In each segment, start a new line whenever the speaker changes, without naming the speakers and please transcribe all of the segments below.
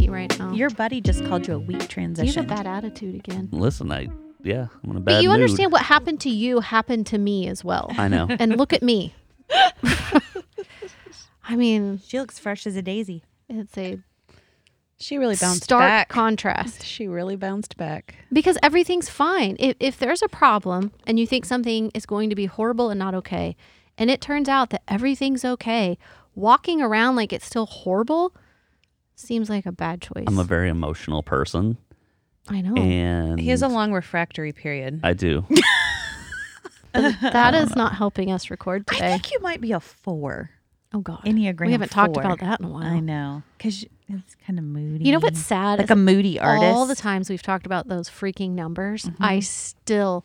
your buddy just called you a weak
You have a
transition.
bad attitude again.
Listen, I yeah, I'm in a bad
But you
mood.
understand what happened to you happened to me as well.
I know.
and look at me. I mean,
she looks fresh as a daisy.
it's a
She really bounced
stark
back.
contrast
she really bounced back.
because everything's fine. If, if there's a problem and you think something is going to be horrible and not okay, and it turns out that everything's okay, walking around like it's still horrible seems like a bad choice.
I'm a very emotional person,
I know.
and
He has a long refractory period.
I do.
But that is not helping us record
I
today.
think you might be a four
Oh God,
Enneagram.
We haven't talked
four.
about that in a while.
I know, because it's kind of moody.
You know what's sad?
Like
is
a moody artist. Mm-hmm.
All the times we've talked about those freaking numbers, I still,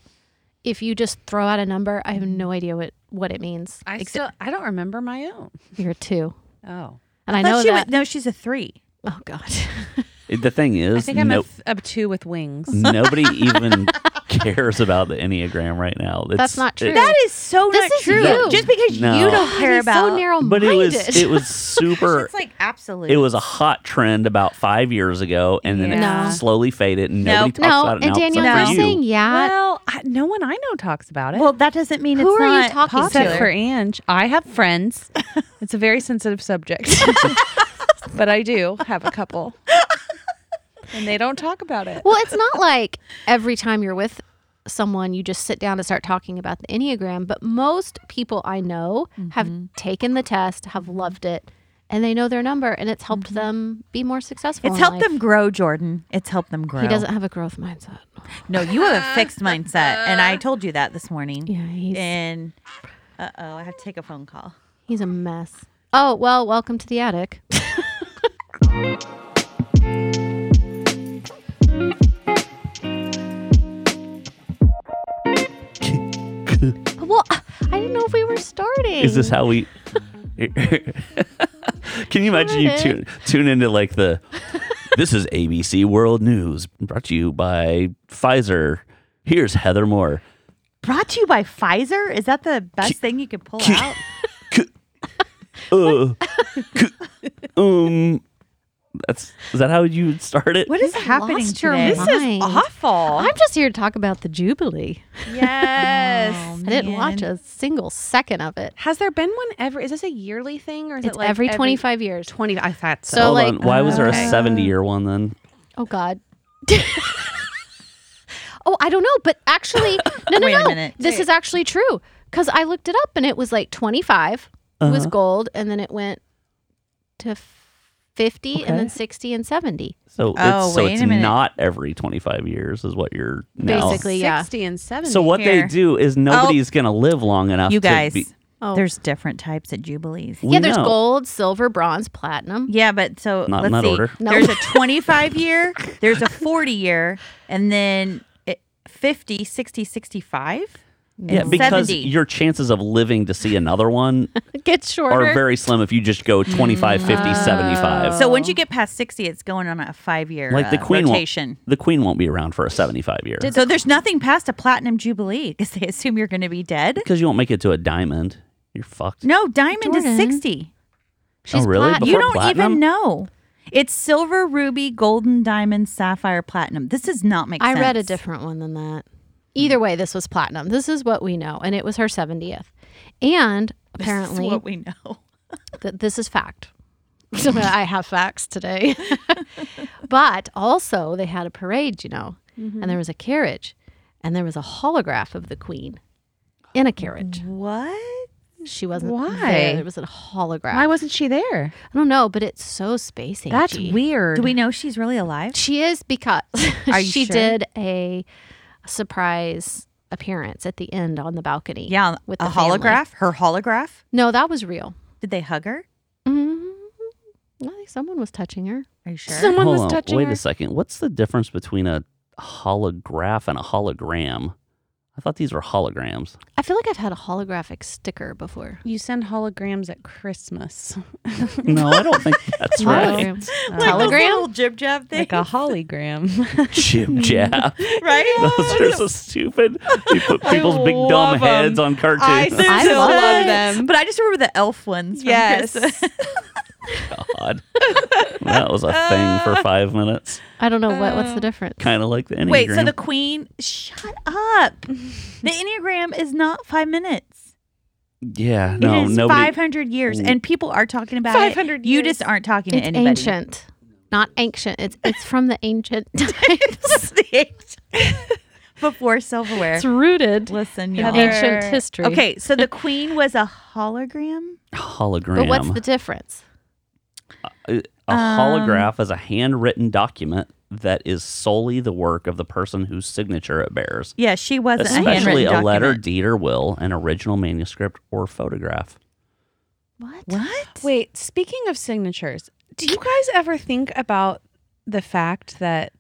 if you just throw out a number, I have no idea what what it means.
I
Except
still I don't remember my own.
you're a two,
Oh,
and I
Thought
know
she
that.
Was, no, she's a three.
oh God,
the thing is,
I think I'm
no,
a, th- a two with wings.
nobody even cares about the enneagram right now. It's,
That's not
it-
true.
That is so
This
not
is
true.
you.
Just because
No.
you don't
God,
care
he's
about
so narrow-minded.
but it was it was super.
It's like absolute.
It was a hot trend about five years ago, and then it
Yeah.
No.
slowly faded, and nobody
Nope.
talks
no,
about
and
it now. except
Danielle,
for
we're
No.
you.
saying yeah.
Well, I, no one I know talks about it.
Well, that doesn't mean
Who
it's
are you
not
talking to?
popular.
except for Ange. I have friends. it's a very sensitive subject, but I do have a couple, and they don't talk about it.
Well, it's not like every time you're with someone you just sit down and start talking about the enneagram, but most people I know have
Mm-hmm.
taken the test, have loved it, and they know their number, and it's helped them be more successful.
Mm-hmm. It's
in
helped
life.
them grow, Jordan. It's helped them grow.
He doesn't have a growth mindset.
No, you have a fixed mindset, and I told you that this morning.
Yeah, he's
And uh oh, I have to take a phone call.
he's a mess. Oh well, welcome to the attic. well, I didn't know if we were starting.
Is this how we? Can you imagine you
Got it.
tune tune into like the? this is ABC World News brought to you by Pfizer. Here's Heather Moore.
Brought to you by Pfizer. Is that the best thing you could pull out?
Uh, c- um, that's is that how you would start it?
What is
You've
happening
lost your
today?
This is mind. Oh,
awful.
I'm just here to talk about the Jubilee.
Yes.
I didn't watch a single second of it.
Has there been one ever? Is this a yearly thing, or is
It's
it like
every 25 years.
Twenty. I thought so.
So,
Hold
like-
on. Why was there a
Okay.
seventy year one then?
Oh God. oh, I don't know, but actually, no, no,
Wait a
no.
minute.
This is actually true because I looked it up and it was like 25 was gold, and then it went to f- 50, and then 60 and 70.
So
Oh,
it's so
wait
it's
a minute.
not every twenty five years is what you're now.
Basically, yeah.
sixty and seventy.
So what
Here.
they do is nobody's gonna live long enough.
Oh. You
to
guys,
be-
Oh,
there's different types of jubilees.
we
yeah. There's
know.
gold, silver, bronze, platinum.
Yeah, but so
Not in
let's
that
see.
order.
No.
There's a 25 year, there's a 40 year, and then it, 50, 60, 65.
Yeah,
and
because
70.
your chances of living to see another one
It gets shorter.
are very slim if you just go
Mm.
25, 50, 75.
Oh.
Oh.
So once you get past 60, it's going on a five year uh,
like the queen
rotation.
won't the queen won't be around for a 75 year
So there's nothing past a platinum jubilee because they assume you're going to be dead.
because you won't make it to a diamond. You're fucked.
No, diamond
Jordan.
is 60.
She's
oh really?
plat-
Before
you don't
platinum?
even know. It's silver, ruby, golden, diamond, sapphire, platinum. This does not make
I
sense.
read a different one than that. Either way, this was platinum. This is what we know, and it was her 70th. And apparently,
This is what we know.
Th- this is fact. I have facts today. but also, they had a parade, you know, and there was a carriage and there was a holograph of the queen in a carriage.
What?
She wasn't
Why?
there. It was a holograph.
why wasn't she there?
I don't know, but it's so spacey.
That's weird.
Do we know she's really alive?
She is because
Are you
she
sure?
did a surprise appearance at the end on the balcony.
Yeah,
With
a
the family.
holograph. Her holograph.
No, that was real.
Did they hug her?
mm I think someone was touching her.
Are you sure?
Someone
Hold
was
on,
touching
wait
her.
a second. What's the difference between a holograph and a hologram? I thought these were holograms.
I feel like I've had a holographic sticker before.
You send holograms at Christmas,
No, I don't think that's right.
Holograms.
Like those
Telegram?
little jib jab thing,
like a hologram.
Jib jab.
right?
Those are so stupid. You put
I
people's big dumb
love 'em.
heads on cartoons.
I
I
still
love
love
it.
them.
But I just remember the elf ones. From
Yes.
Christmas.
God. that was a thing for five minutes.
I don't know what what's
Oh.
the difference.
Kind of like the Enneagram.
Wait, so the queen? Shut up. the Enneagram is not five minutes.
yeah, no,
it is
nobody.
500 years, and people are talking about it.
500
You
years.
just aren't talking
It's
to anybody.
ancient, not ancient. It's it's from the ancient times.
Before silverware.
it's rooted
Listen,
in
y'all.
ancient history.
Okay, so the queen was a hologram.
hologram. Uh,
but what's the difference?
a holograph is a handwritten document that is solely the work of the person whose signature it bears,
Yeah, she wasn't a
especially
handwritten
a, letter,
document.
deed, or will, an original manuscript, or photograph.
What?
What?
Wait, speaking of signatures, do you guys ever think about the fact that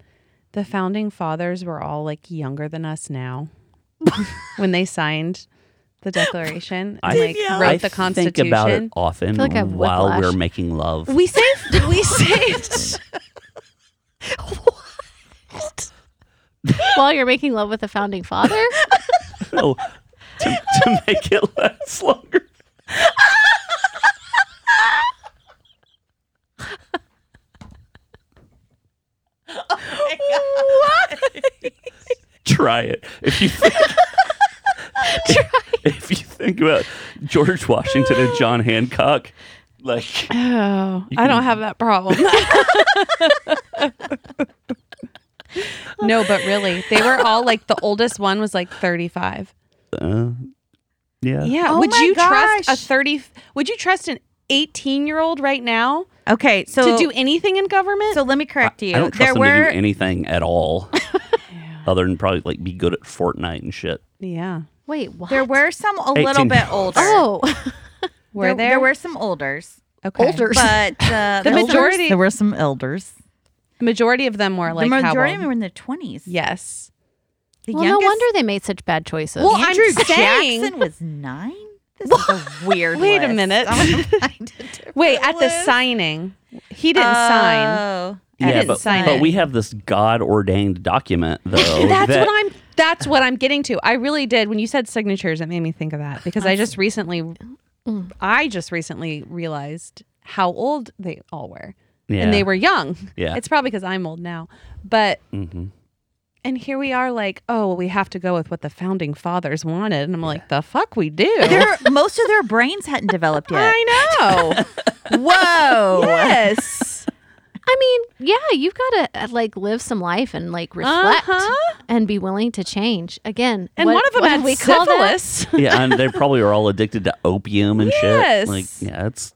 the founding fathers were all like younger than us now when they signed the Declaration and like
Danielle.
wrote
I
the
Think about it
Constitution?
often
feel like I have
while
whiplash.
we're making love.
We saved. We saved.
While you're making love with the founding father,
no, Oh, to, to make it last longer. Try it if you think. If you think about George Washington and John Hancock, like
Oh, I don't have that problem. no, but really, they were all like the oldest one was like 35.
uh, yeah,
Yeah.
Oh
would
my
you
gosh.
trust a 30 Would you trust an 18-year-old right now
Okay, so
to do anything in government?
so let me correct you.
I don't
there
trust them
were
to do anything at all, other than probably like be good at Fortnite and shit.
yeah.
wait, what?
there were some a little
18.
bit older.
oh,
Were
there,
there?
were some olders,
okay.
older.
but uh,
The
elders-
majority-
there were some elders.
Majority of them were like
the
how
majority
old?
were in their twenties.
Yes.
The
well,
youngest,
no wonder they made such bad choices.
Well, I'm
Andrew
saying-
Jackson was nine. This is a weird.
Wait a
list.
minute.
I'm gonna find a different
Wait, at the
list.
signing. He didn't sign.
Oh.
I
yeah,
didn't
but,
sign
but
it.
we have this God ordained document though.
That's
that-
what I'm that's what I'm getting to. I really did. When you said signatures, it made me think of that because I just recently
Mm.
I just recently realized how old they all were.
Yeah.
And they were young.
Yeah.
It's probably because I'm old now. But
Mhm.
and here we are like, oh well, we have to go with what the founding fathers wanted. And I'm like, the fuck we do.
Their, most of their brains hadn't developed yet.
I know.
Oh.
Whoa.
yes.
I mean, yeah, you've got to like live some life and like reflect
Uh-huh.
and be willing to change. Again,
And
what-
one of them
what
had
do we call that?
syphilis.
yeah, and they probably were all addicted to opium and
Yes.
shit. Like, yeah, it's.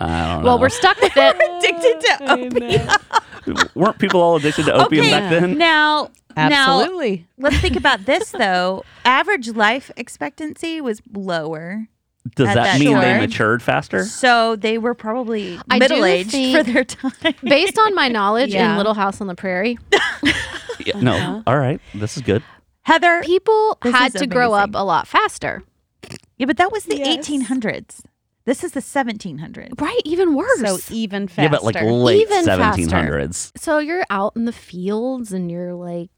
I
Well,
don't know.
we're stuck with it.
Addicted to opium.
weren't people all addicted to opium
Okay.
back then?
Now, now
Absolutely.
let's think about this though. Average life expectancy was lower,
Does
At
that,
that
mean they
time.
matured faster?
so they were probably
I do
middle aged
think-
for their time.
Based on my knowledge
Yeah.
in Little House on the Prairie,
Yeah, No. All right, this is good.
Heather,
people
This
had
is
to grow up
amazing.
a lot faster.
yeah, but that was the
Yes.
1800s. This is the 1700s.
Right, even worse.
So
So, e-,
even faster.
Yeah, but like late
Even faster.
1700s.
you're out in the fields and you're like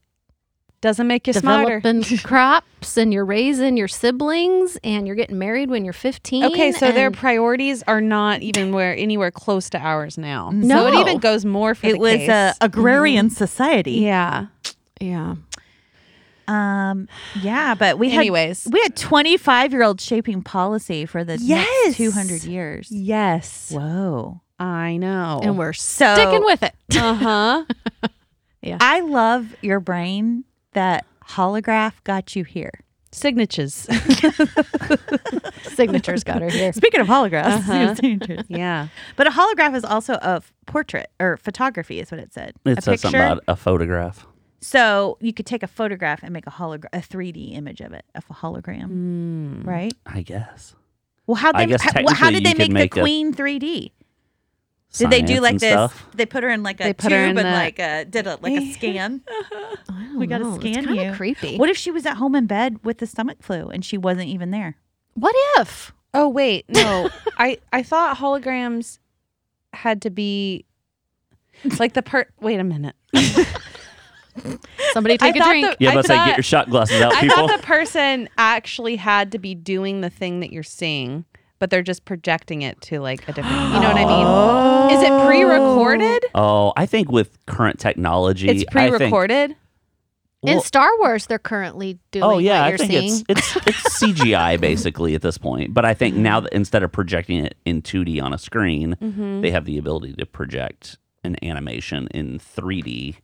doesn't make you smarter.
developing crops and you're raising your siblings and you're getting married when you're 15.
Okay, so their
and-
priorities are not even where anywhere close to ours now. So it
No.
even goes more for
It
the
was uh,
case. Mm-hmm.
a agrarian society.
yeah.
yeah.
Um, yeah, but we had
Anyways.
we had 25 year old shaping policy for the
Yes.
next 200 years.
Yes.
Whoa.
I know.
And we're
So-
Oh. sticking with it.
uh-huh.
I love your brain that holograph got you here.
Signatures.
Signatures got her here.
Speaking of holographs,
Uh-huh. yeah.
but a holograph is also a f- portrait or photography, is what it said.
It
a
says something about a photograph.
So you could take a photograph and make a hologram, a 3D image of it, of a
Mm.
hologram,
Hmm.
right?
I guess.
Well, how
I
they
guess
how, well, how
technically
did
you
they make,
could make
the
a-
queen 3D? Did they do
Science
like
and
this?
stuff.
They put her in like a
They
tube
put her
and
in that-
like a did a like a scan. we got to scan
kind
you.
of creepy.
What if she was at home in bed with the stomach flu and she wasn't even there?
What if?
Oh wait, no. I I thought holograms had to be like the per wait a minute.
Somebody take
I
a
thought
drink.
the-
Yeah,
I
but say
thought-
get your shot glasses out,
I
people.
thought the person actually had to be doing the thing that you're seeing but they're just projecting it to like a different. You know what I mean? Is it pre-recorded?
Oh, I think with current technology,
It's
I think-
pre-recorded.
In
Well,
Star Wars, they're currently doing.
oh yeah,
what
I
you're
think
seeing.
it's it's it's CGI basically at this point. But I think now that instead of projecting it in 2D on a screen,
Mm-hmm.
they have the ability to project an animation in 3D.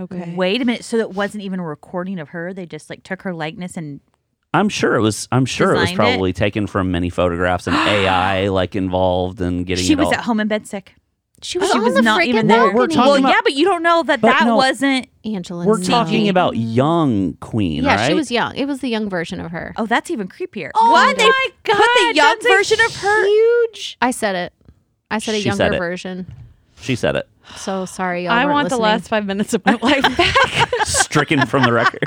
Okay.
Wait a minute. So it wasn't even a recording of her. They just like took her likeness and
I'm sure it was. I'm sure it was
Designed it?
probably taken from many photographs and AI like involved in getting.
she
it
was
all.
at home in bed sick.
she was
she
on
was
the
not
freaking
even
there.
balcony.
We're talking
Well,
about-
yeah, but you don't know that
But
that
no.
wasn't.
Angela.
We're
Lansbury.
talking about young Queen,
Yeah,
right?
she was young. It was the young version of her.
Oh, that's even creepier.
Oh,
what? They put the young version of her.
Huge.
I said it. I said a
She
younger
said it.
version.
She said it,
So sorry, y'all.
I
weren't
want
listening.
the last five minutes of my life back.
stricken from the record.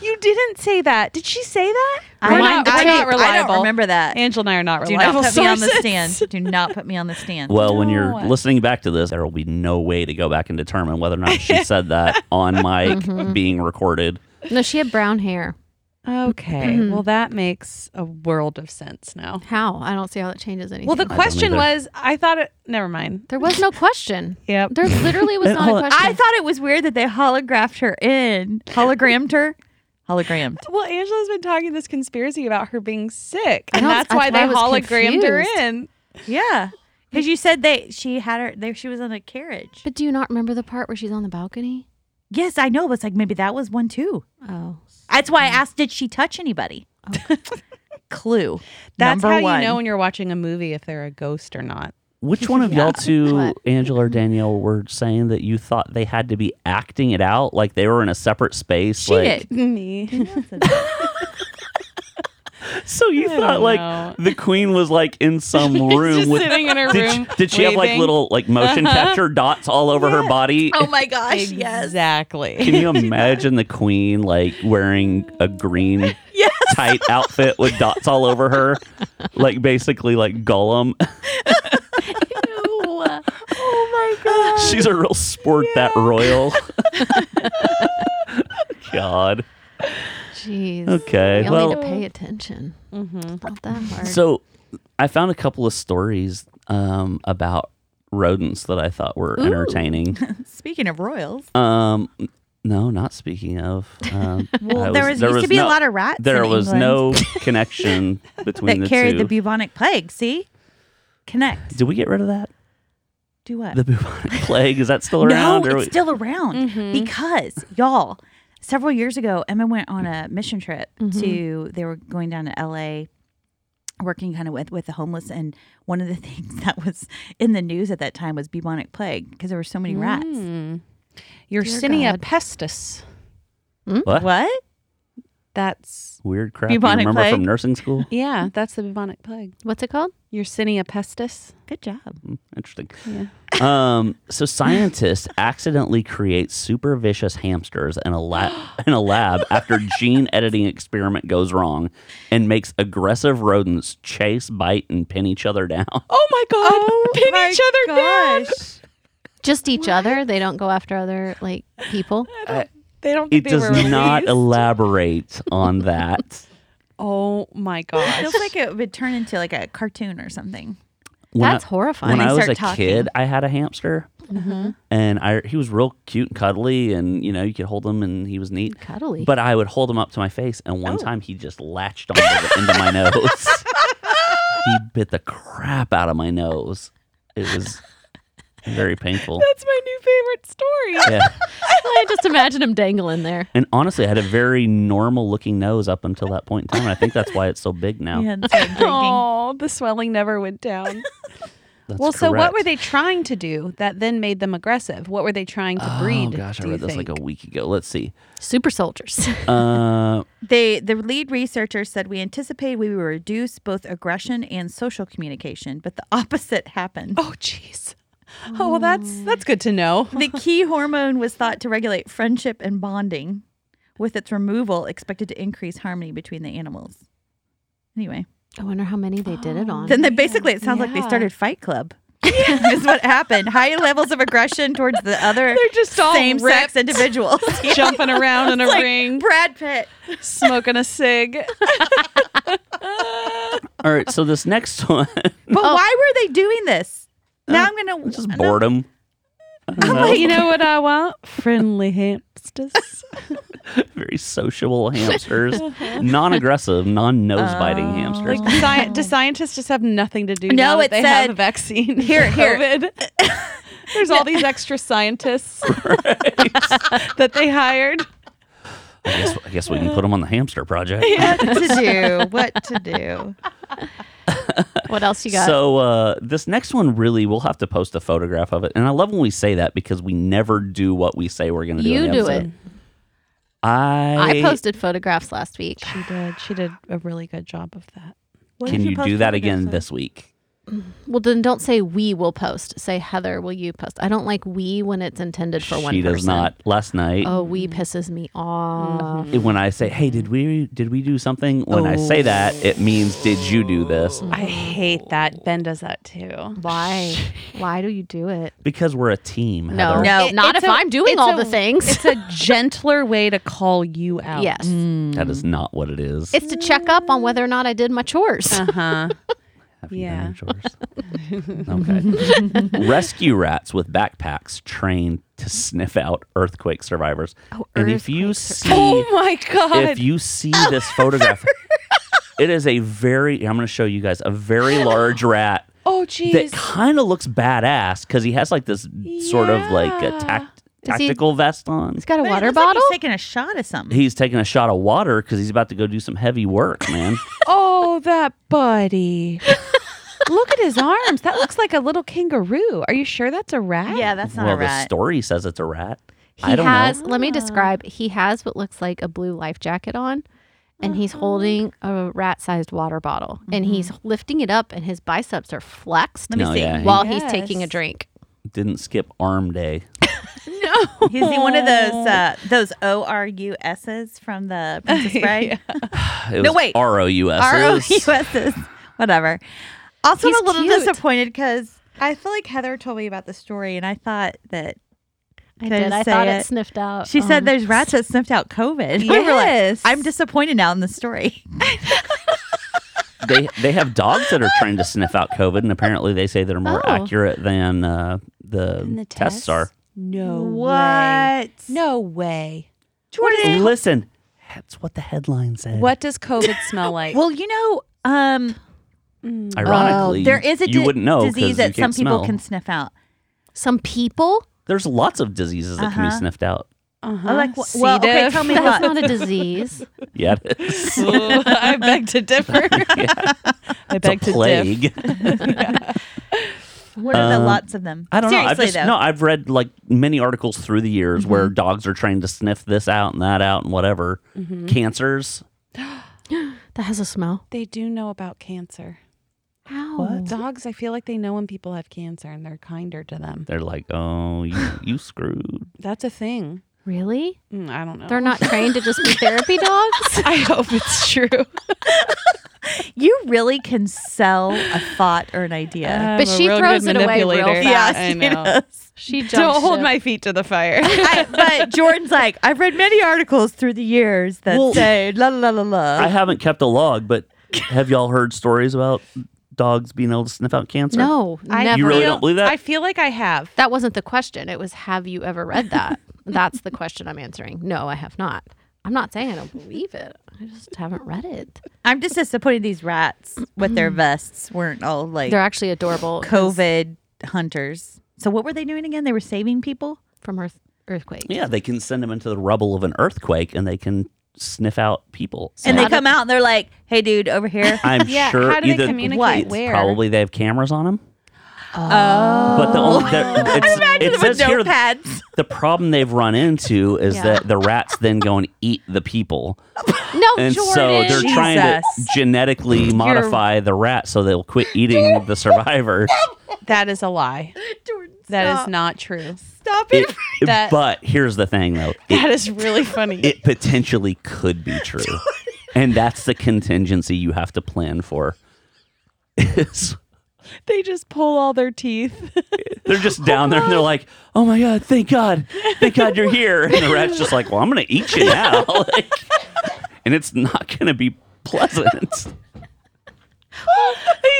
you didn't say that. Did she say that?
I
We're
want
not,
the
we're
tape.
not reliable.
I don't remember that.
Angela and I are not
Do
reliable.
not put me on the
sources.
stand. Do not put me on the stand.
Well, when you're
No.
listening back to this, there will be no way to go back and determine whether or not she said that on mic being recorded.
No, she had brown hair.
Okay.
Mm-hmm.
well, that makes a world of sense now.
How? I don't see how that changes anything.
Well, the
don't
question
either.
was, I thought it. Never mind.
there was no question.
Yep.
There literally was
And
not
hold
a
on.
question.
I thought it was weird that they holographed her in, hologrammed her, hologrammed.
Well, Angela's been talking this conspiracy about her being sick, and
know,
that's,
that's
why
why
they
I was
hologrammed her
confused.
in.
Yeah, because you said they she had her there. She was on a carriage.
But do you not remember the part where she's on the balcony?
yes, I know. But it's like maybe that was one too.
Oh.
That's
Mm.
why I asked, did she touch anybody?
Oh.
Clue.
That's
number
how
one.
you know when you're watching a movie if they're a ghost or not.
Which one of y'all two,
What?
Angela or Danielle, were saying that you thought they had to be acting it out like they were in a separate space?
she
like,
did.
Me.
So you
I
thought
don't
like
know.
the queen was like in some room
Just
with
sitting in her
did,
room.
she- did she have like
waving. Uh-huh. Oh,
little like motion capture dots all over her body?
my gosh!
Can
Exactly.
you imagine the queen like wearing a green
Yes.
tight outfit with dots all over her? Like basically like Gollum.
oh my god.
She's a real sport that royal. God.
Jeez.
Okay.
Y'all need to
well,
pay attention. It's Not that hard.
so I found a couple of stories um, about rodents that I thought were entertaining.
Speaking of royals,
Um, no, not speaking of. Um, I
well, there was, used to be
no-
a lot of rats.
There
in
was
England
no connection between
that
the
carried
two.
the bubonic plague. See, connect.
Did we get rid of that?
Do what?
The bubonic plague is that still around?
No,
or
it's
we-
still around because y'all. Several years ago, Emma went on a mission trip to. They were going down to L.A. working kind of with with the homeless, and one of the things that was in the news at that time was bubonic plague because there were so many rats.
Hmm. Yersinia
God.
pestis.
what?
What?
That's
weird crap? You
Bubonic
remember
plague?
from nursing school?
yeah. That's the bubonic plague.
What's it called?
Yersinia pestis.
Good job.
Hmm, Interesting. Um, so scientists accidentally create super vicious hamsters in a lab in a lab after gene editing experiment goes wrong, and makes aggressive rodents chase, bite, and pin each other down.
Oh my god. Pin each other down.
Just each other. They don't go after other like people.
They don't.
it
think they
does
were
not
released.
elaborate on that.
Oh my gosh.
Feels like it would turn into like a cartoon or something.
When
That's
I,
horrifying.
when I was
start
a
talking.
kid, I had a hamster, and I he was real cute and cuddly, and you know you could hold him, and he was neat.
Cuddly.
But I would hold him up to my face, and one time he just latched onto the end of my nose. he bit the crap out of my nose. It was very painful.
That's my new favorite story.
Yeah.
I just imagine him dangling there.
And honestly, I had a very normal looking nose up until that point in time. And I think that's why it's so big now.
Yeah, it's like drinking.
Oh, the swelling never went down.
That's
well, so what
correct.
were they trying to do that then made them aggressive? What were they trying to
Oh
breed?
gosh, I
do you
read this like
think?
a week ago. Let's see.
Super soldiers.
Uh,
They, the lead researcher said, We anticipated we would reduce both aggression and social communication, but the opposite happened.
Oh jeez. Oh, well, that's that's good to know.
The key hormone was thought to regulate friendship and bonding, with its removal expected to increase harmony between the animals. Anyway,
I wonder how many they did it on.
then they basically, it sounds like they
Yeah.
started Fight Club. is what happened. High levels of aggression towards the other
They're just all
same sex
ripped.
individuals.
Jumping around in a
Like
ring,
Brad Pitt.
smoking a cig.
All right, so this next one,
But why were they doing this? Now I'm gonna
Uh, just
no.
boredom. I don't know.
you know what I want? Friendly hamsters.
Very sociable hamsters, non-aggressive, non-nose biting
Oh.
hamsters.
Like, sci- do scientists just have nothing to do?
No,
now that
it
they
said-
have a vaccine.
Here,
for
here.
COVID? There's all these extra scientists that they hired.
I guess, I guess we can put them on the hamster project.
What to do? What to do?
What else you got?
So uh, this next one really, we'll have to post a photograph of it, and I love when we say that because we never do what we say we're going to do.
you
in the
do
episode.
it.
I,
I posted photographs last week.
She did. She did a really good job of that.
What
Can
did
you
post
do
on
that
the
again
website?
this week?
Well, then don't say we will post. Say Heather, will you post? I don't like we when it's intended for one
she
person.
does not. Last night,
Oh, we
Mm-hmm.
pisses me off.
when I say, "Hey, did we did we do something?" When I say that,
Oh.
it means, "Did you do this?"
Mm.
I hate that. Ben does that too.
Why? Why do you do it?
Because we're a team.
No,
Heather.
No,
not if
it's a-
I'm doing
it's
all
a-
the things.
It's a gentler way to call you out.
Yes.
that is not what it is.
It's to check up on whether or not I did my chores.
Uh huh.
Have you
yeah.
done your chores? okay. Rescue rats with backpacks trained to sniff out earthquake survivors.
Oh,
and if you
earthquake
see,
Oh my
if
god.
you see this photograph, it is a very. I'm going to show you guys a very large rat.
oh
that
jeez.
kind of looks badass because he has like this sort of like a
Yeah.
tact-
Is he-
tactical vest on.
It's got a
But it
water
looks like
bottle.
he's taking a shot of something.
He's taking a shot of water because he's about to go do some heavy work, man.
Oh, that buddy. Look at his arms. That looks like a little kangaroo. Are you sure that's a rat?
Yeah, that's not
well,
a
the
rat.
story says it's a rat.
he
I don't
has.
know.
Let me describe. He has what looks like a blue life jacket on, and he's holding a rat-sized water bottle, and he's lifting it up, and his biceps are flexed
Let me
No,
see.
yeah, he-
while he's taking a
Yes.
drink.
Didn't skip arm day.
He's the- one of those uh, those O R U S's from the Princess Bride.
It
No,
was
wait.
R O U S.
R O U S's, whatever. Also,
He's
I'm a little
cute.
disappointed because I feel like Heather told me about the story, and I thought that
I
Couldn't
did. I
say
thought it.
it.
sniffed out.
she said
um,
there's rats that sniffed out COVID. We were
Yes.
like, I'm disappointed now in the story.
They they have dogs that are trained to sniff out COVID, and apparently they say they're more
Oh.
accurate than uh, the,
And the
tests
tests?
are.
No way.
what?
No way.
Jordan.
Listen, that's what the headline said.
What does COVID smell like?
Well, you know, um,
Ironically,
Oh, there is a
you
di-
wouldn't know 'cause
disease
you
that some
can't
people
smell.
can sniff out.
some people.
There's lots of diseases that can be
Uh-huh.
sniffed out.
uh-huh.
I'm like, wh- well,
C.
okay,
diff.
tell me
That's
what.
not a disease.
Yeah, it is.
Ooh, I beg to differ.
it's a
I beg to differ.
plague.
What are the
Um,
lots of them?
I don't know.
Seriously,
I've just,
though.
no, I've read like many articles through the years where dogs are trained to sniff this out and that out and whatever. Cancers.
That has a smell.
They do know about cancer.
How?
Dogs, I feel like they know when people have cancer and they're kinder to them.
They're like, oh, you, you screwed.
That's a thing.
Really?
Mm, I don't know.
They're not trained to just be therapy dogs?
I hope it's true.
You really can sell a thought or an idea.
I'm
But
a
she
real
throws
good
it away real
manipulator.
fast.
I know.
She
Don't hold my feet to the fire.
I, but Jordan's like, I've read many articles through the years that
Well,
say la la la la la.
I haven't kept a log, but have y'all heard stories about dogs being able to sniff out cancer?
No,
I-
never.
You really
Well,
don't believe that?
I feel like I have.
that wasn't the question. It was, have you ever read that? That's the question I'm answering. No, I have not. I'm not saying I don't believe it. I just haven't read it.
I'm just disappointed these rats with their vests weren't all like
They're actually adorable. 'cause
COVID hunters. So what were they doing again? They were saving people.
from Earth earthquake.
yeah, they can send them into the rubble of an earthquake and they can sniff out people.
and they
how did-
come out and they're like, "Hey, dude, over here."
I'm
Yeah,
sure
how do they
either-
communicate
What?
where?
Probably they have cameras on them.
oh,
But the only the, it's,
imagine
it
with
says here
notepads.
the problem they've run into is
Yeah.
that the rats then go and eat the people.
No,
And
Jordan.
so they're trying to
Jesus.
genetically modify the rat so they'll quit eating the survivor.
That is a lie.
Jordan,
That is
stop.
not true.
Stop
It-
it.
That-
but here's the thing though. It,
That is really funny.
it potentially could be true. and that's the contingency you have to plan for. Is
they just pull all their teeth.
they're just down there and they're like, "Oh my god, thank God. Thank God you're here." And the rat's just like, "Well, I'm going to eat you now." Like, and it's not going to be pleasant.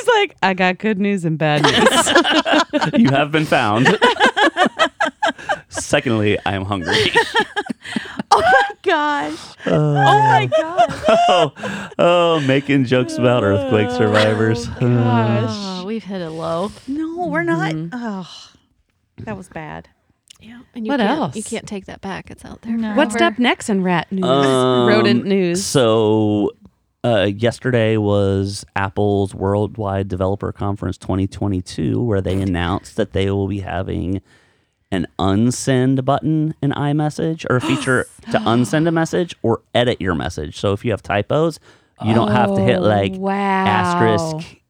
like, I got good news and bad news.
you have been found. Secondly, I am hungry.
Oh my gosh. oh my gosh.
oh, oh, making jokes about earthquake survivors.
Oh, we've hit a low.
No, we're not.
Mm-hmm.
Oh, that was bad.
Yeah. And you
What
can't,
else?
You can't take that back. It's out there.
No.
What's
forever.
up next in rat news?
Um,
Rodent news.
So, uh, yesterday was Apple's Worldwide Developer Conference 2022, where they announced that they will be having an unsend button in iMessage or a feature to unsend a message or edit your message. So, if you have typos, you don't have to hit like
Oh, wow.
asterisk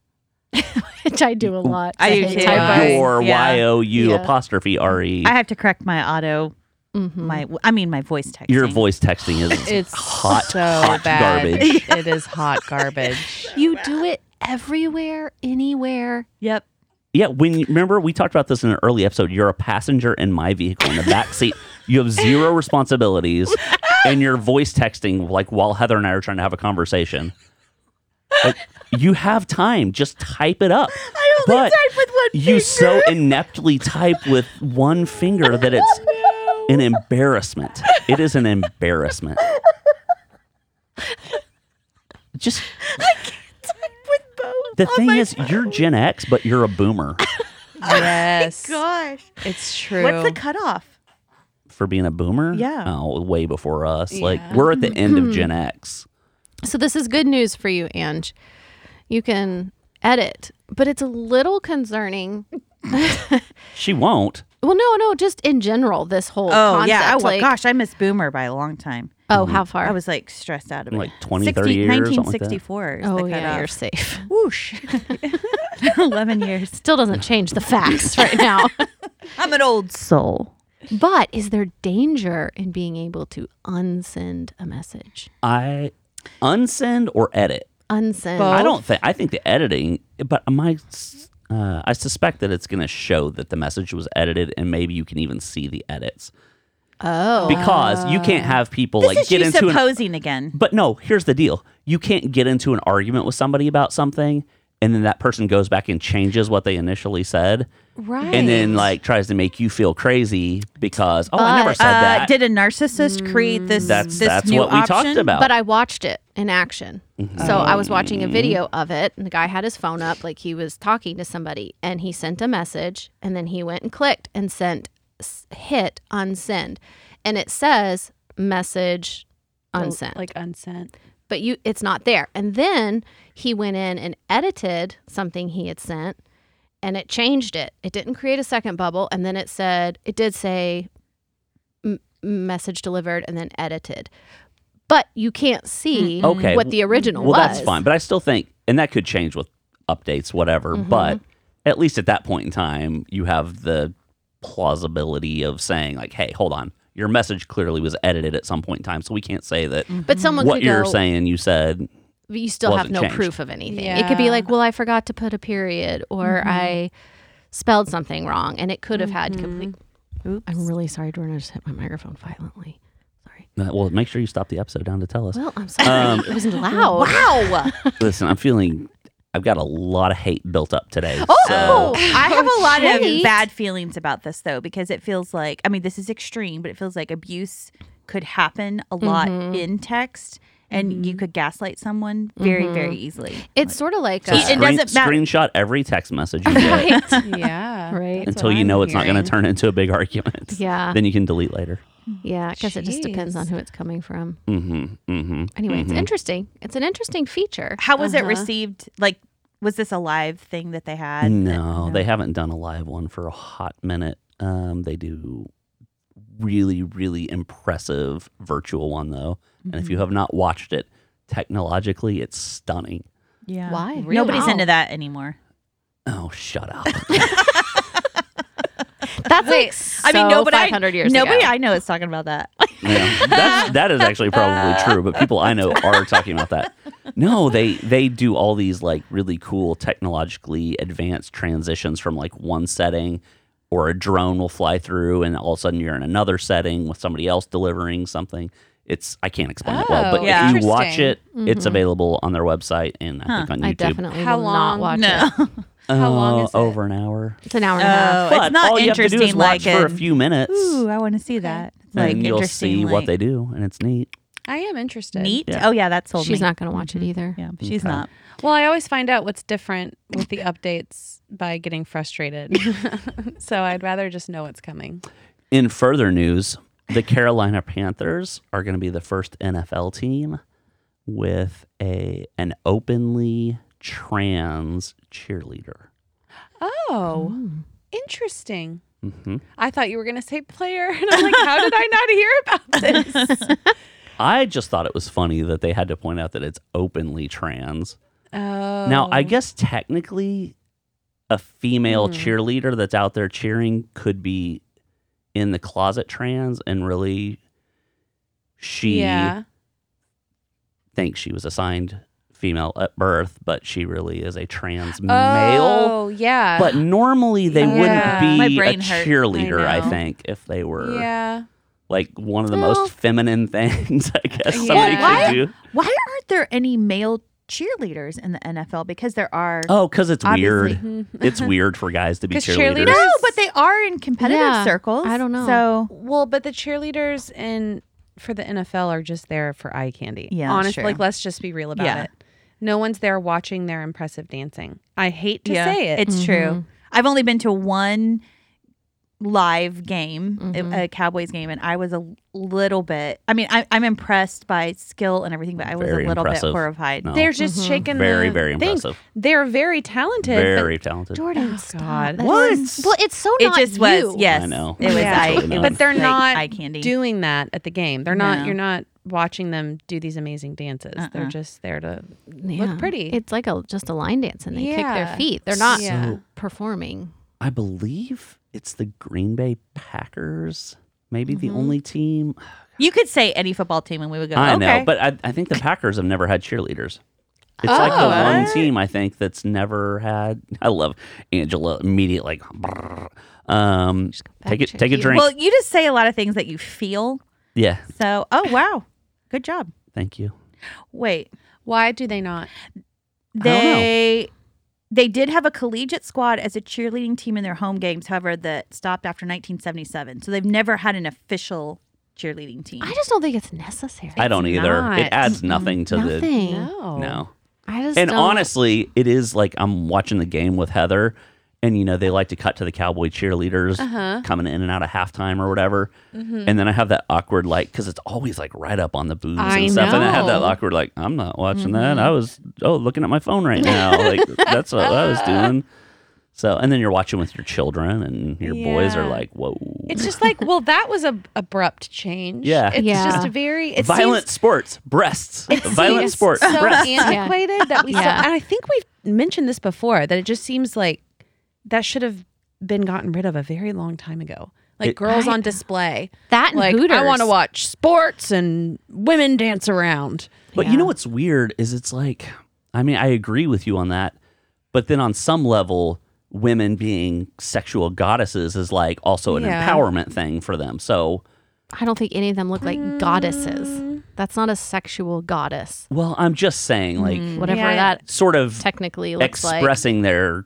Which I do a lot.
I do
hate
too.
typos.
You're-
your
Yeah.
y o u
Yeah.
apostrophe r e.
I have to correct my auto,
Mm-hmm.
my, I mean, my voice text.
Your voice texting is
It's
hot,
so
hot
bad.
garbage.
it is hot garbage.
You do it everywhere, anywhere.
Yep.
Yeah, when you, remember we talked about this in an early episode. You're a passenger in my vehicle in the back seat. You have zero responsibilities, and you're voice texting like while Heather and I are trying to have a conversation. Like, you have time. Just type it up. I
only type with one
You so ineptly type with one finger that it's an embarrassment. It is an embarrassment. Just
With both.
the thing is, you're Gen X, but you're a boomer
Yes.
Gosh.
It's true.
What's the cutoff?
for being a boomer.
Yeah.
oh, way before us. Like
Yeah.
we're at the end of Gen X.
So this is good news for you, Ange. You can edit, but it's a little concerning.
She won't.
Well, no, no, just in general, this whole
Oh,
concept,
yeah. Oh, well,
like,
gosh. I missed Boomer by a long time.
oh, how far?
I was like stressed out of
Like
it.
20, 30 years, something like that.
1964 is
oh,
the
yeah, you're
cutoff.
safe.
Whoosh. 11 years.
Still doesn't change the facts right now.
I'm an old soul.
but is there danger in being able to unsend a message?
I unsend or edit.
Unsend.
Both.
Oh.
I don't think. I think the editing, but my. s- Uh, I suspect that it's going to show that the message was edited, and maybe you can even see the edits
Oh.
because you can't have people
This
like
is
get
you
into an
supposing again.
But no, here's the deal. You can't get into an argument with somebody about something and then that person goes back and changes what they initially said
right.
and then like tries to make you feel crazy because oh I never
But,
said
Uh,
that.
did a narcissist create this?
that's
this
that's
new
what we
option?
talked about.
But I watched it in action. So I was watching a video of it, and the guy had his phone up, like he was talking to somebody, and he sent a message, and then he went and clicked and sent s- hit unsend, and it says message unsent,
Like unsent.
but you it's not there. And then he went in and edited something he had sent, and it changed it. It didn't create a second bubble, and then it said it did say m- message delivered and then edited. But you can't see
Hmm. Okay.
what the original
well
was.
that's fine. But I still think and that could change with updates, whatever,
Mm-hmm.
but at least at that point in time you have the plausibility of saying like, hey, hold on. Your message clearly was edited at some point in time, so we can't say
But
that
Mm-hmm. someone
what
could
you're
go,
saying you said
but you still have
wasn't
no
changed.
proof of anything. It could be
Yeah.
like, well, I forgot to put a period, or I spelled something wrong, and it could have had complete.
Oops.
I'm really sorry, Jordan. I just hit my microphone violently. Sorry.
Uh, Well, make sure you stop the episode down to tell us.
Well, I'm sorry.
Um,
it was loud.
Wow.
Listen, I'm feeling I've got a lot of hate built up today.
Oh,
so-
I have a lot
Right.
of bad feelings about this though, because it feels like I mean, this is extreme, but it feels like abuse could happen a lot in text, and you could gaslight someone very, very easily.
It's sort of like
so
it
screen-
doesn't matter.
Screenshot every text message you get
right.
Yeah.
right.
until you know it's not going to turn into a big argument.
Yeah.
Then you can delete later.
Yeah. I guess it just depends on who it's coming from.
Mm-hmm. Mm-hmm.
Anyway, it's interesting. It's an interesting feature.
How was it received? Like, was this a live thing that they had?
No, they haven't done a live one for a hot minute. Um, they do really, really impressive virtual one though, and
Mm-hmm.
if you have not watched it, technologically it's stunning.
Yeah.
Why? Really?
Nobody's
Wow.
into that anymore.
Oh, shut up.
That's like
I mean, nobody.
Five hundred years.
Nobody
ago.
I know is talking about that.
Yeah, that's, that is actually probably true, but people I know are talking about that. No, they they do all these like really cool technologically advanced transitions from like one setting or a drone will fly through and all of a sudden you're in another setting with somebody else delivering something. It's I can't explain it well, but
Oh,
Yeah. Mm-hmm.
if you watch
interesting.
it, it's
Mhm.
available on their website and I think on
I
YouTube.
definitely
How
will not
long?
watch it.
No.
How long
Oh,
is it?
Over an hour.
It's an hour and a half.
Oh, it's not
all you have to do is
interesting,
watch
like
for a
in-
few minutes,
Ooh, I want to see that. It's
and
like
you'll
interesting,
see what
like,
they do, and it's neat.
I am interested.
neat.
Yeah.
Oh yeah, that's sold
She's
me.
not going to watch it either.
Yeah, she's
Okay.
not.
Well, I always find out what's different with the updates by getting frustrated. so I'd rather just know what's coming.
In further news, the Carolina Panthers are going to be the first NFL team with a an openly trans cheerleader.
Oh, interesting.
hmm
I thought you were going to say player. And I'm like, how did I not hear about this?
I just thought it was funny that they had to point out that it's openly trans.
Oh.
Now, I guess technically, a female
Hmm.
cheerleader that's out there cheering could be in the closet trans, and really, she
Yeah.
thinks she was assigned female at birth, but she really is a trans male.
Oh, yeah.
But normally they
Yeah.
wouldn't
My
be a
brain hurt. I
cheerleader, I,
know.
think, if they were
yeah.
like one of the
Well-
most feminine things I guess
Yeah.
somebody
Why-
could do.
Why aren't there any male cheerleaders in the NFL? Because there are.
Oh, because it's
Obviously.
weird. It's weird for guys to be
'Cause
cheerleaders.
cheerleaders-
No, but they are in competitive
Yeah,
circles.
I don't know.
So
Well, but the cheerleaders in for the NFL are just there for eye candy.
Yeah,
honestly,
sure.
like let's just be real about
Yeah.
it. No one's there watching their impressive dancing. I hate to
yeah,
say it.
it's true. I've only been to one live game, a-
Mhm.
a, Cowboys game, and I was a little bit. I mean, I, I'm impressed by skill and everything, but I was
Very
a little
impressive.
bit horrified.
No.
They're just
Mm-hmm.
shaking.
Very,
the
very
thing.
impressive.
They're very talented. but
Very talented.
Jordan,
Oh,
stop.
God.
That's-
What?
Well, it's so
It
not
just
you.
was. Yes,
I know.
It was.
Yeah.
eye,
Totally
it
not.
was
But they're
like
not
eye candy.
doing that at the game. They're not.
No.
You're not watching them do these amazing dances. They're
Uh-uh.
just there to.
Yeah.
Look pretty.
It's like a just a line dance, and they kick
Yeah.
their feet. They're not
Yeah.
performing.
I believe it's the Green Bay Packers, maybe the only team.
you could say any football team, and we would go.
I
okay.
know, but I, I think the Packers have never had cheerleaders. It's like the
Oh.
one
What?
team I think that's never had. I love Angela immediate like. brrr. Um,
back
take it,
check
take a
you.
drink.
well, you just say a lot of things that you feel.
yeah,
So, oh wow, good job.
thank you.
Wait,
Why do they not?
don't know.
they they did have a collegiate squad as a cheerleading team in their home games however that stopped after 1977 so they've never had an official cheerleading team
I just don't think it's necessary.
I don't either. It
not.
adds nothing to the
Nothing.
No.
no.
I just
And
don't.
honestly, it is like I'm watching the game with Heather, and you know they like to cut to the Cowboy cheerleaders
Uh-huh. Mm-hmm.
coming in and out of halftime or whatever. And then I have that awkward like because it's always like right up on the boobs
I
and stuff, and I have that
know. Mm-hmm.
awkward like I'm not watching that. I was oh looking at my phone right now. like that's what I was doing. So and then you're watching with your children, and your boys are
Yeah.
like whoa.
It's just like, well, that was a abrupt change.
Yeah.
It's
Yeah.
just very it
Violent
seems-
sports, breasts.
it
Violent
seems
sports,
So
breasts.
antiquated that we
Yeah.
still, and I think we've mentioned this before that it just seems like that should have been gotten rid of a very long time ago. Like
It-
girls
Right.
on display.
that and
Like
Hooters.
I want to watch sports and women dance around.
But you
Yeah.
know what's weird is it's like, I mean, I agree with you on that. But then on some level, women being sexual goddesses is like also an
Yeah.
empowerment thing for them. So,
I don't think any of them look like
Mm.
goddesses. That's not a sexual goddess.
well, I'm just saying, like,
Whatever
Yeah.
that
sort of
technically looks like.
expressing their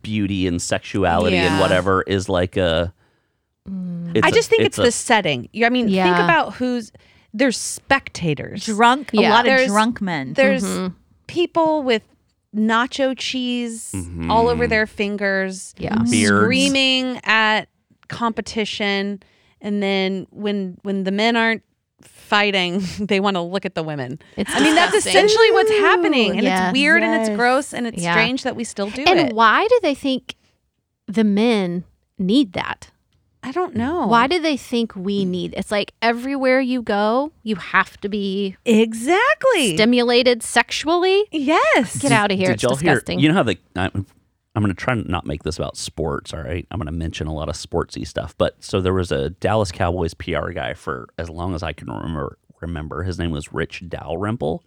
beauty and sexuality and
Yeah.
whatever is like a.
Mm.
I just think it's,
a-
the setting. You- I mean, think
Yeah.
about who's there's spectators.
drunk a
Yeah.
lot of
There's-
drunk men
There's
Mm-hmm.
people with nacho cheese all over their fingers.
Yeah.
Mm-hmm. Beards.
Screaming at competition. And then when when the men aren't fighting, they want to look at the women.
It's
I mean, that's
disgusting.
essentially what's happening. And
Yes.
it's weird and it's
Yes.
gross and it's
Yeah.
strange that we still do
And
it.
why do they think the men need that?
I don't know.
Why do they think we need? It's like everywhere you go, you have to be
exactly.
stimulated sexually.
yes.
Get out of here.
Did
it's
y'all
disgusting.
hear? You know how the I'm, I'm going to try and not make this about sports. All right, I'm going to mention a lot of sportsy stuff. But so there was a Dallas Cowboys PR guy for as long as I can remember. Remember his name was Rich Dalrymple,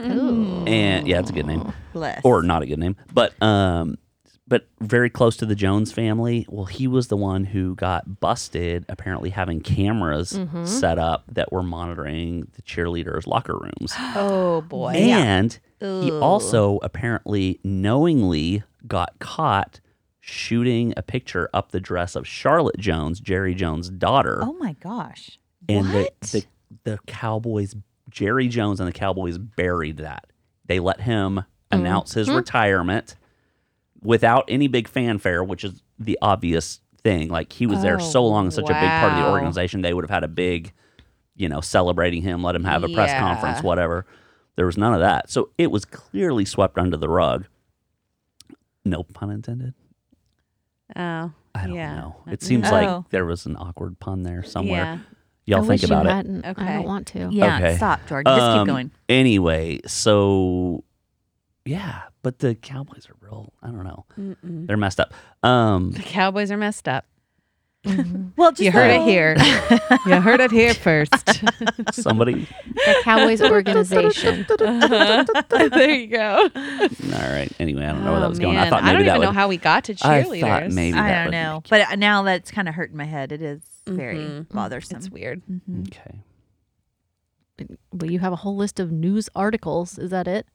Ooh.
and yeah, it's a good name
bless
or not a good name, but um, but very close to the Jones family. Well, he was the one who got busted apparently having cameras
Mm-hmm.
set up that were monitoring the cheerleaders' locker rooms.
Oh boy.
and he
Ooh.
also apparently knowingly got caught shooting a picture up the dress of Charlotte Jones, Jerry Jones' daughter.
Oh my gosh.
and
what?
The, the the Cowboys Jerry Jones and the Cowboys buried that. They let him announce his retirement without any big fanfare, which is the obvious thing. Like he was there
Oh,
so long and such a big part of the
wow.
organization, they would have had a big, you know, celebrating him, let him have a press
Yeah.
conference, whatever. There was none of that. So it was clearly swept under the rug. No pun intended.
Oh,
I don't
Yeah.
know. It seems
Oh.
like there was an awkward pun there somewhere.
yeah.
Y'all
I
think
wish
about
you
it.
Hadn't. I
Okay.
don't want to.
Yeah.
Okay.
Stop, Jordan. Just keep
Um,
going.
Anyway, so yeah, but the Cowboys are real. I don't know.
Mm-mm.
They're messed up. Um,
The Cowboys are messed up.
Mm-hmm.
Well, just
You heard
the-
it here. you heard it here first.
somebody.
The Cowboys organization.
there you
all
go.
right. Anyway, I don't know where
Oh,
that was going. I
man.
thought maybe
don't
that
even
would.
know how we got to
I
cheerleaders.
thought maybe
I
that
don't
would
know, but uh, now that's kind of hurting my head. It is very
Mhm.
bothersome.
It's weird.
Mhm.
make- Okay.
Well, you have a whole list of news articles. Is that it?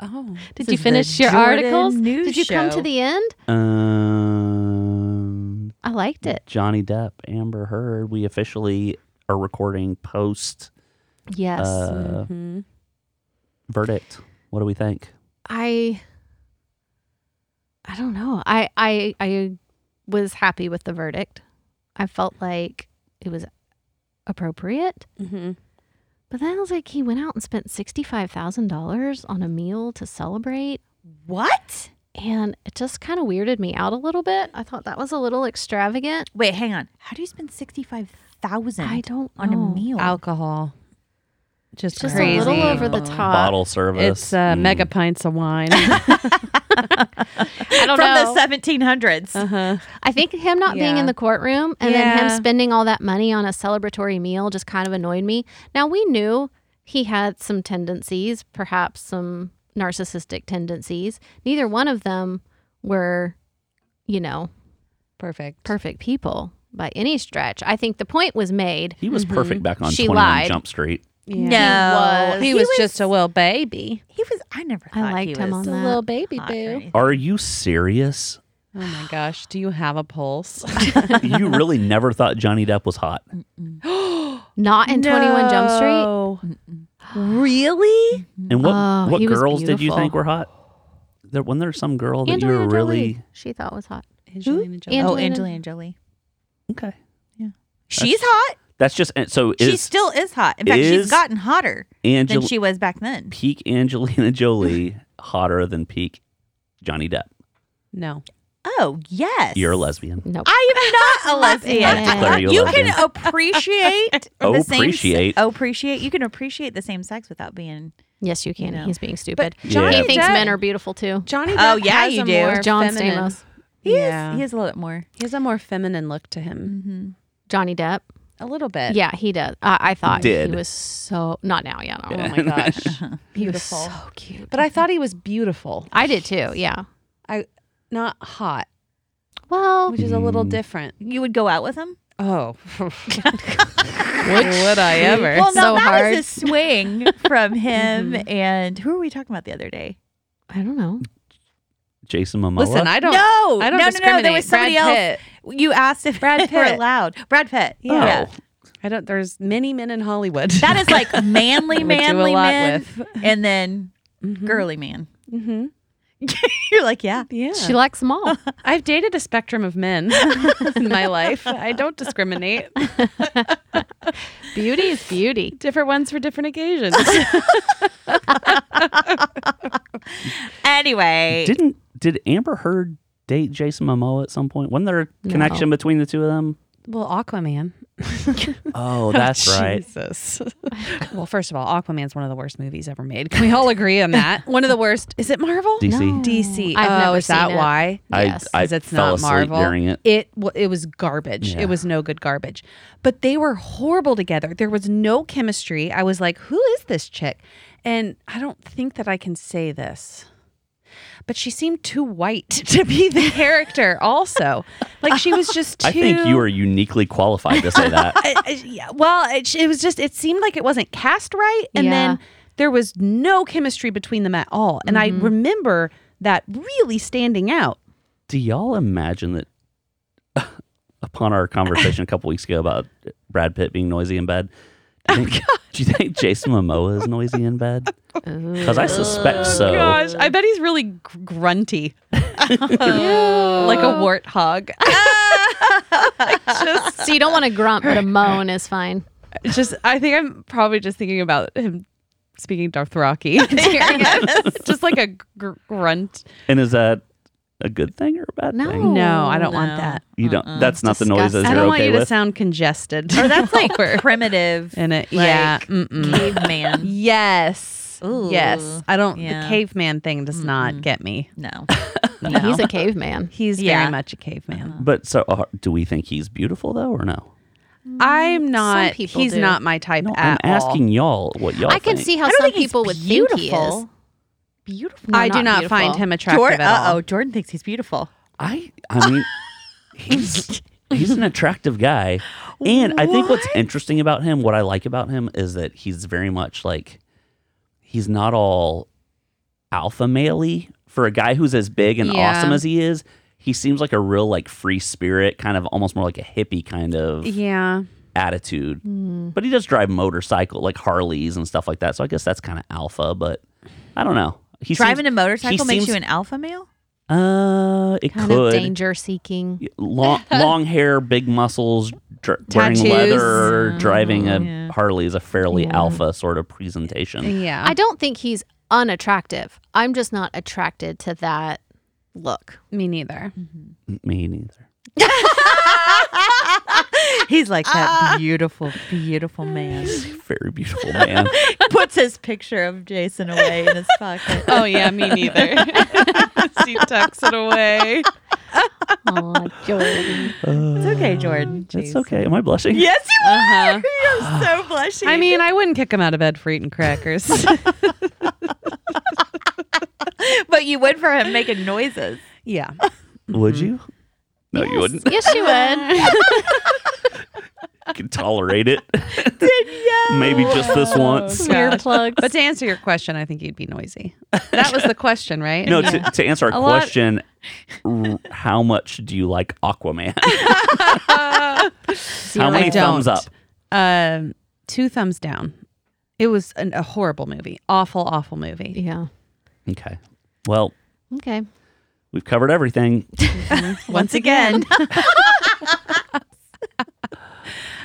Oh.
Did
This
you
is the
finish your
Jordan
articles?
News
Did you come
Show.
to the end?
Um,
I liked it.
Johnny Depp, Amber Heard. We officially are recording post
Yes.
uh,
Mhm.
verdict. What do we think?
I I don't know. I I I was happy with the verdict. I felt like it was appropriate.
Mhm.
But then I was like, he went out and spent sixty-five thousand dollars on a meal to celebrate,
What?
and it just kind of weirded me out a little bit. I thought that was a little extravagant.
Wait, hang on. How do you spend sixty five
I
thousand
don't
on a
know.
Oh.
meal?
Alcohol. Just,
It's just
crazy.
a little over the top.
Bottle service.
Uh, It's uh,
Mm.
mega pints of wine.
I don't
From
know.
the seventeen hundreds.
uh-huh.
I think him not being
Yeah.
in the courtroom and then him
Yeah.
spending all that money on a celebratory meal just kind of annoyed me. Now we knew he had some tendencies, perhaps some narcissistic tendencies. Neither one of them were, you know,
Perfect.
perfect people by any stretch. I think the point was made.
He
Mm-hmm.
was perfect back on
She
21
lied.
Jump Street.
Yeah.
No,
He, was, just a little baby.
He was. I never. Thought
I liked
he
him
was
on
A
that.
little baby
hot or
boo.
anything.
Are you serious?
Oh my gosh. Do you have a pulse?
you really never thought Johnny Depp was hot.
Not in 21 Jump Street.
Really?
And what
Oh,
what
he was
girls did you think
beautiful.
were hot? There, wasn't there some girl that you
Angelina
were really
Jolie, she thought was hot.
Angelina Jolie.
Oh,
Angelina-
Angelina Jolie.
okay?
She's hot.
That's just and so
she
is
still is hot. In fact,
is
she's gotten hotter than
Angel
she was back then.
peak Angelina Jolie hotter than peak Johnny Depp?
No.
Oh yes.
You're a lesbian.
Nope.
I am not a lesbian.
I declare
you a
you
lesbian.
can appreciate the same
Appreciate.
se- appreciate. You can appreciate the same sex without being.
yes, you can.
No.
He's being stupid.
But
Yeah.
Johnny
he thinks
Depp-
men are beautiful too.
Johnny
Oh,
Depp
yeah,
has
you
a
do.
more
John
feminine,
Stamos,
He
Yeah.
is. He is a little bit more.
He has a more feminine look to him.
Mm-hmm.
Johnny Depp.
A little bit.
Yeah, he does. I, I thought
Eh. Did.
he was so not now. Yeah, no.
Oh my gosh.
Uh-huh.
beautiful,
Beautiful.
so cute.
But I thought he was beautiful,
I did too. Yeah.
not hot,
Well,
which is a little
Mm.
different.
You would go out with him?
Oh. would I ever?
Well, no,
so
that
hard.
was a swing from him. And who were we talking about the other day?
I don't know.
Jason Momoa.
Listen, I don't.
no,
I don't
no, no, no.
discriminate.
There was somebody
Brad
else.
Pitt.
You asked if
Brad
they were
Pitt.
allowed. Brad Pitt.
oh,
Yeah. I don't. There's many men in Hollywood.
That is like manly,
Would do a
manly
lot
man,
with.
and then girly man. You're like, yeah.
Mm-hmm. Yeah.
She likes them all.
I've dated a spectrum of men in my life. I don't discriminate.
beauty is beauty.
Different ones for different occasions.
Anyway,
Didn't did Amber Heard date Jason Momoa at some point? Wasn't there a
No.
connection between the two of them?
well, Aquaman.
Oh, that's right.
Jesus. well, first of all, Aquaman's one of the worst movies ever made. Can we all agree on that? One of the worst. Is it Marvel?
DC.
No.
DC.
I've
oh,
never
is that
seen it.
why?
I,
Yes.
I
'Cause it's
fell
not
asleep
Marvel.
during it.
It wa- it was garbage.
Yeah.
It was no good garbage. But they were horrible together. There was no chemistry. I was like, who is this chick? And I don't think that I can say this. But she seemed too white to be the character, also. Like she was just too.
I think you are uniquely qualified to say that.
I- I- yeah, well, it, it was just, it seemed like it wasn't cast right. And then
Yeah.
there was no chemistry between them at all. And I remember that really standing out.
Do y'all imagine that upon our conversation a couple weeks ago about Brad Pitt being noisy in bed? Do you
Oh,
think, do you think Jason Momoa is noisy in bed? Because I
Oh,
suspect so.
Gosh, I bet he's really gr- grunty, like a warthog. just,
So you don't want to grunt, but a moan is fine.
just, I think I'm probably just thinking about him speaking Dothraki. just like a gr- grunt.
And is that a good thing or a bad
No.
thing?
Oh, No, I don't want
No.
that.
You don't. That's not the noises
disgusting.
I
you're
don't want
okay
you to
with.
sound congested.
Or that's like primitive
in it.
Like-
yeah. Mm-mm.
caveman.
Yes.
Ooh.
Yes. I don't.
Yeah.
The caveman thing does not get me.
No.
He's a caveman.
He's
Yeah.
very much a caveman.
But so, uh, do we think he's beautiful though, or no?
I'm not.
people
he's
do.
not my type
No,
at
I'm
all.
asking y'all what y'all.
I can
think.
see how
I don't
some
think he's
people would think he is.
beautiful. Beautiful.
No,
I do not
beautiful.
find him attractive
Jordan,
at
uh
all.
oh, Jordan thinks he's beautiful.
I I mean he's he's an attractive guy. And I think what's interesting about him, what I like about him is that he's very much like he's not all alpha male for a guy who's as big and
Yeah.
awesome as he is. He seems like a real like free spirit, kind of almost more like a hippie kind of
Yeah.
attitude. But he does drive motorcycle like Harleys and stuff like that. So I guess that's kind of alpha, but I don't know. He
Driving
seems,
a motorcycle makes
seems-
you an alpha male?
uh it
Kind of
could
danger seeking.
long, long hair, big muscles, dr- wearing
Tattoos. Mm-hmm.
leather, driving a
yeah.
Harley is a fairly alpha sort of presentation.
Yeah.
I don't think he's unattractive. I'm just not attracted to that look.
me neither.
Me neither.
He's like that beautiful, beautiful man.
Very beautiful man.
Puts his picture of Jason away in his pocket.
Oh yeah, me neither. Steve tucks it away.
Oh, Jordan.
It's okay,
Mm,
Jordan.
That's Uh, okay. Am I blushing?
Yes, you
Uh-huh.
are. You're so blushing.
I mean, I wouldn't kick him out of bed for eating crackers.
but you would for him making noises.
yeah. Mm-hmm.
Would you? No, you wouldn't.
yes, you would.
I can tolerate it.
yeah.
Maybe just this once.
Smear
gosh.
plugs.
But to answer your question, I think he'd be noisy. That was the question, right?
No, to, to answer our
A lot-
question, r- how much do you like Aquaman? how many
I
thumbs
don't.
up?
Um, two thumbs down. It was an, a horrible movie. Awful, awful movie.
yeah.
Okay. Well,
Okay.
we've covered everything.
Once again.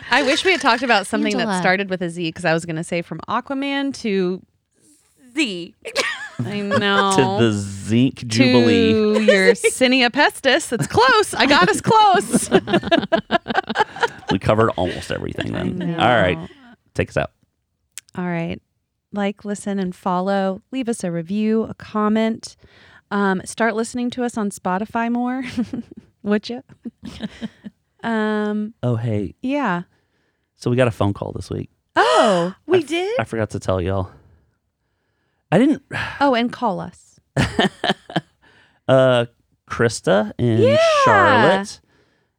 I wish we had talked about something
Angela.
that started with a Z because I was going to say from Aquaman to
Z.
I know
To the Zinc
to
Jubilee.
your Cinia pestis. It's close. I got us close.
we covered almost everything then.
I know.
All right. Take us out.
All right. Like, listen, and follow. Leave us a review, a comment. Um, start listening to us on Spotify more, would you? um,
Oh, hey.
yeah.
So we got a phone call this week.
Oh,
We did?
I forgot to tell y'all. I didn't.
oh, and call us.
Uh, Krista in Charlotte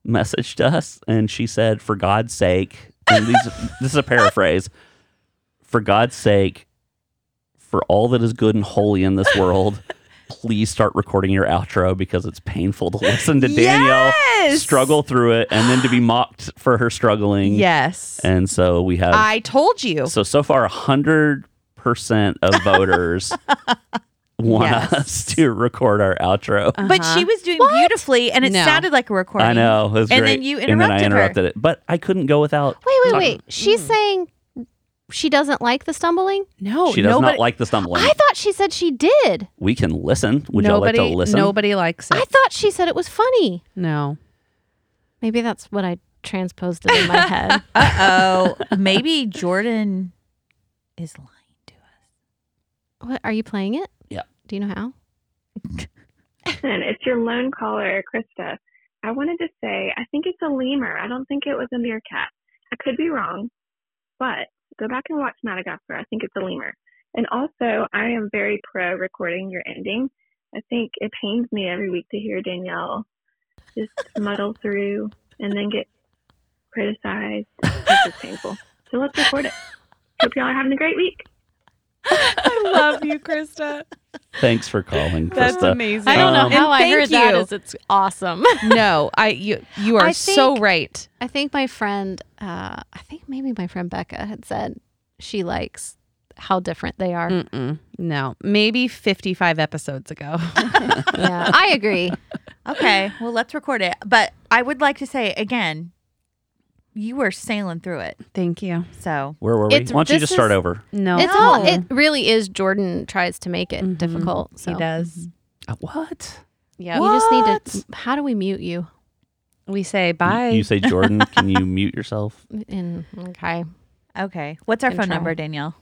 messaged us and she said, for God's sake, and these, this is a paraphrase for God's sake, for all that is good and holy in this world, please start recording your outro because it's painful to listen to Danielle
Yes!
struggle through it and then to be mocked for her struggling.
Yes.
And so we have
I told you.
so so far hundred percent of voters want
Yes.
us to record our outro.
But
Uh-huh.
she was doing beautifully and it
No.
sounded like a recording.
I know. It was
And
great.
then you
And then I
interrupted her.
interrupted it. But I couldn't go without
Wait, wait,
talking-
wait. She's saying she doesn't like the stumbling.
No,
She does
nobody,
not like the stumbling.
I thought she said she did.
we can listen. Would y'all like
nobody,
to listen?
Nobody likes it.
I thought she said it was funny.
no.
Maybe that's what I transposed it in my head.
Uh oh. Maybe Jordan is lying to us.
What, are you playing it?
Yeah.
Do you know how?
Listen, it's your lone caller, Krista. I wanted to say, I think it's a lemur. I don't think it was a meerkat. I could be wrong, but go back and watch Madagascar. I think it's a lemur. And also, I am very pro recording your ending. I think it pains me every week to hear Danielle just muddle through and then get criticized. It's just painful. So let's record it. Hope y'all are having a great week.
I love you, Krista.
Thanks for calling,
That's
Krista.
amazing.
I don't know
Um,
how I
And
heard
thank
that.
you.
Is it's awesome.
no, I you you are
I
so
think-
right.
I think my friend, uh, I think maybe my friend Becca had said she likes how different they are.
Mm-mm. No, maybe fifty-five episodes ago.
Yeah, I agree.
Okay, well, let's record it. But I would like to say again, you were sailing through it.
Thank you.
So
Where were we?
It's-
Why don't you
this
just start
is-
over?
No,
It's all. It really is. Jordan tries to make it
Mhm.
difficult. So
he does.
Uh, What?
Yeah,
you just need
What?
to. How do we mute you?
we say
You-
bye.
You say, Jordan, can you mute yourself?
In, okay.
okay, what's our
Can
phone
try.
number, Danielle?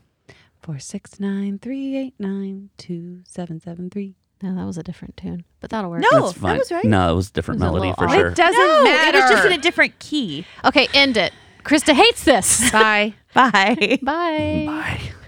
Four six nine three eight nine two seven seven three.
No, that was a different tune, but that'll work.
No,
That's
that
fine.
was right.
No, it was a different
It was a
melody
little
for
off.
sure.
It doesn't
no,
matter.
it was just in a different key.
Okay, end it. Krista hates this.
bye.
Bye.
Bye.
Bye.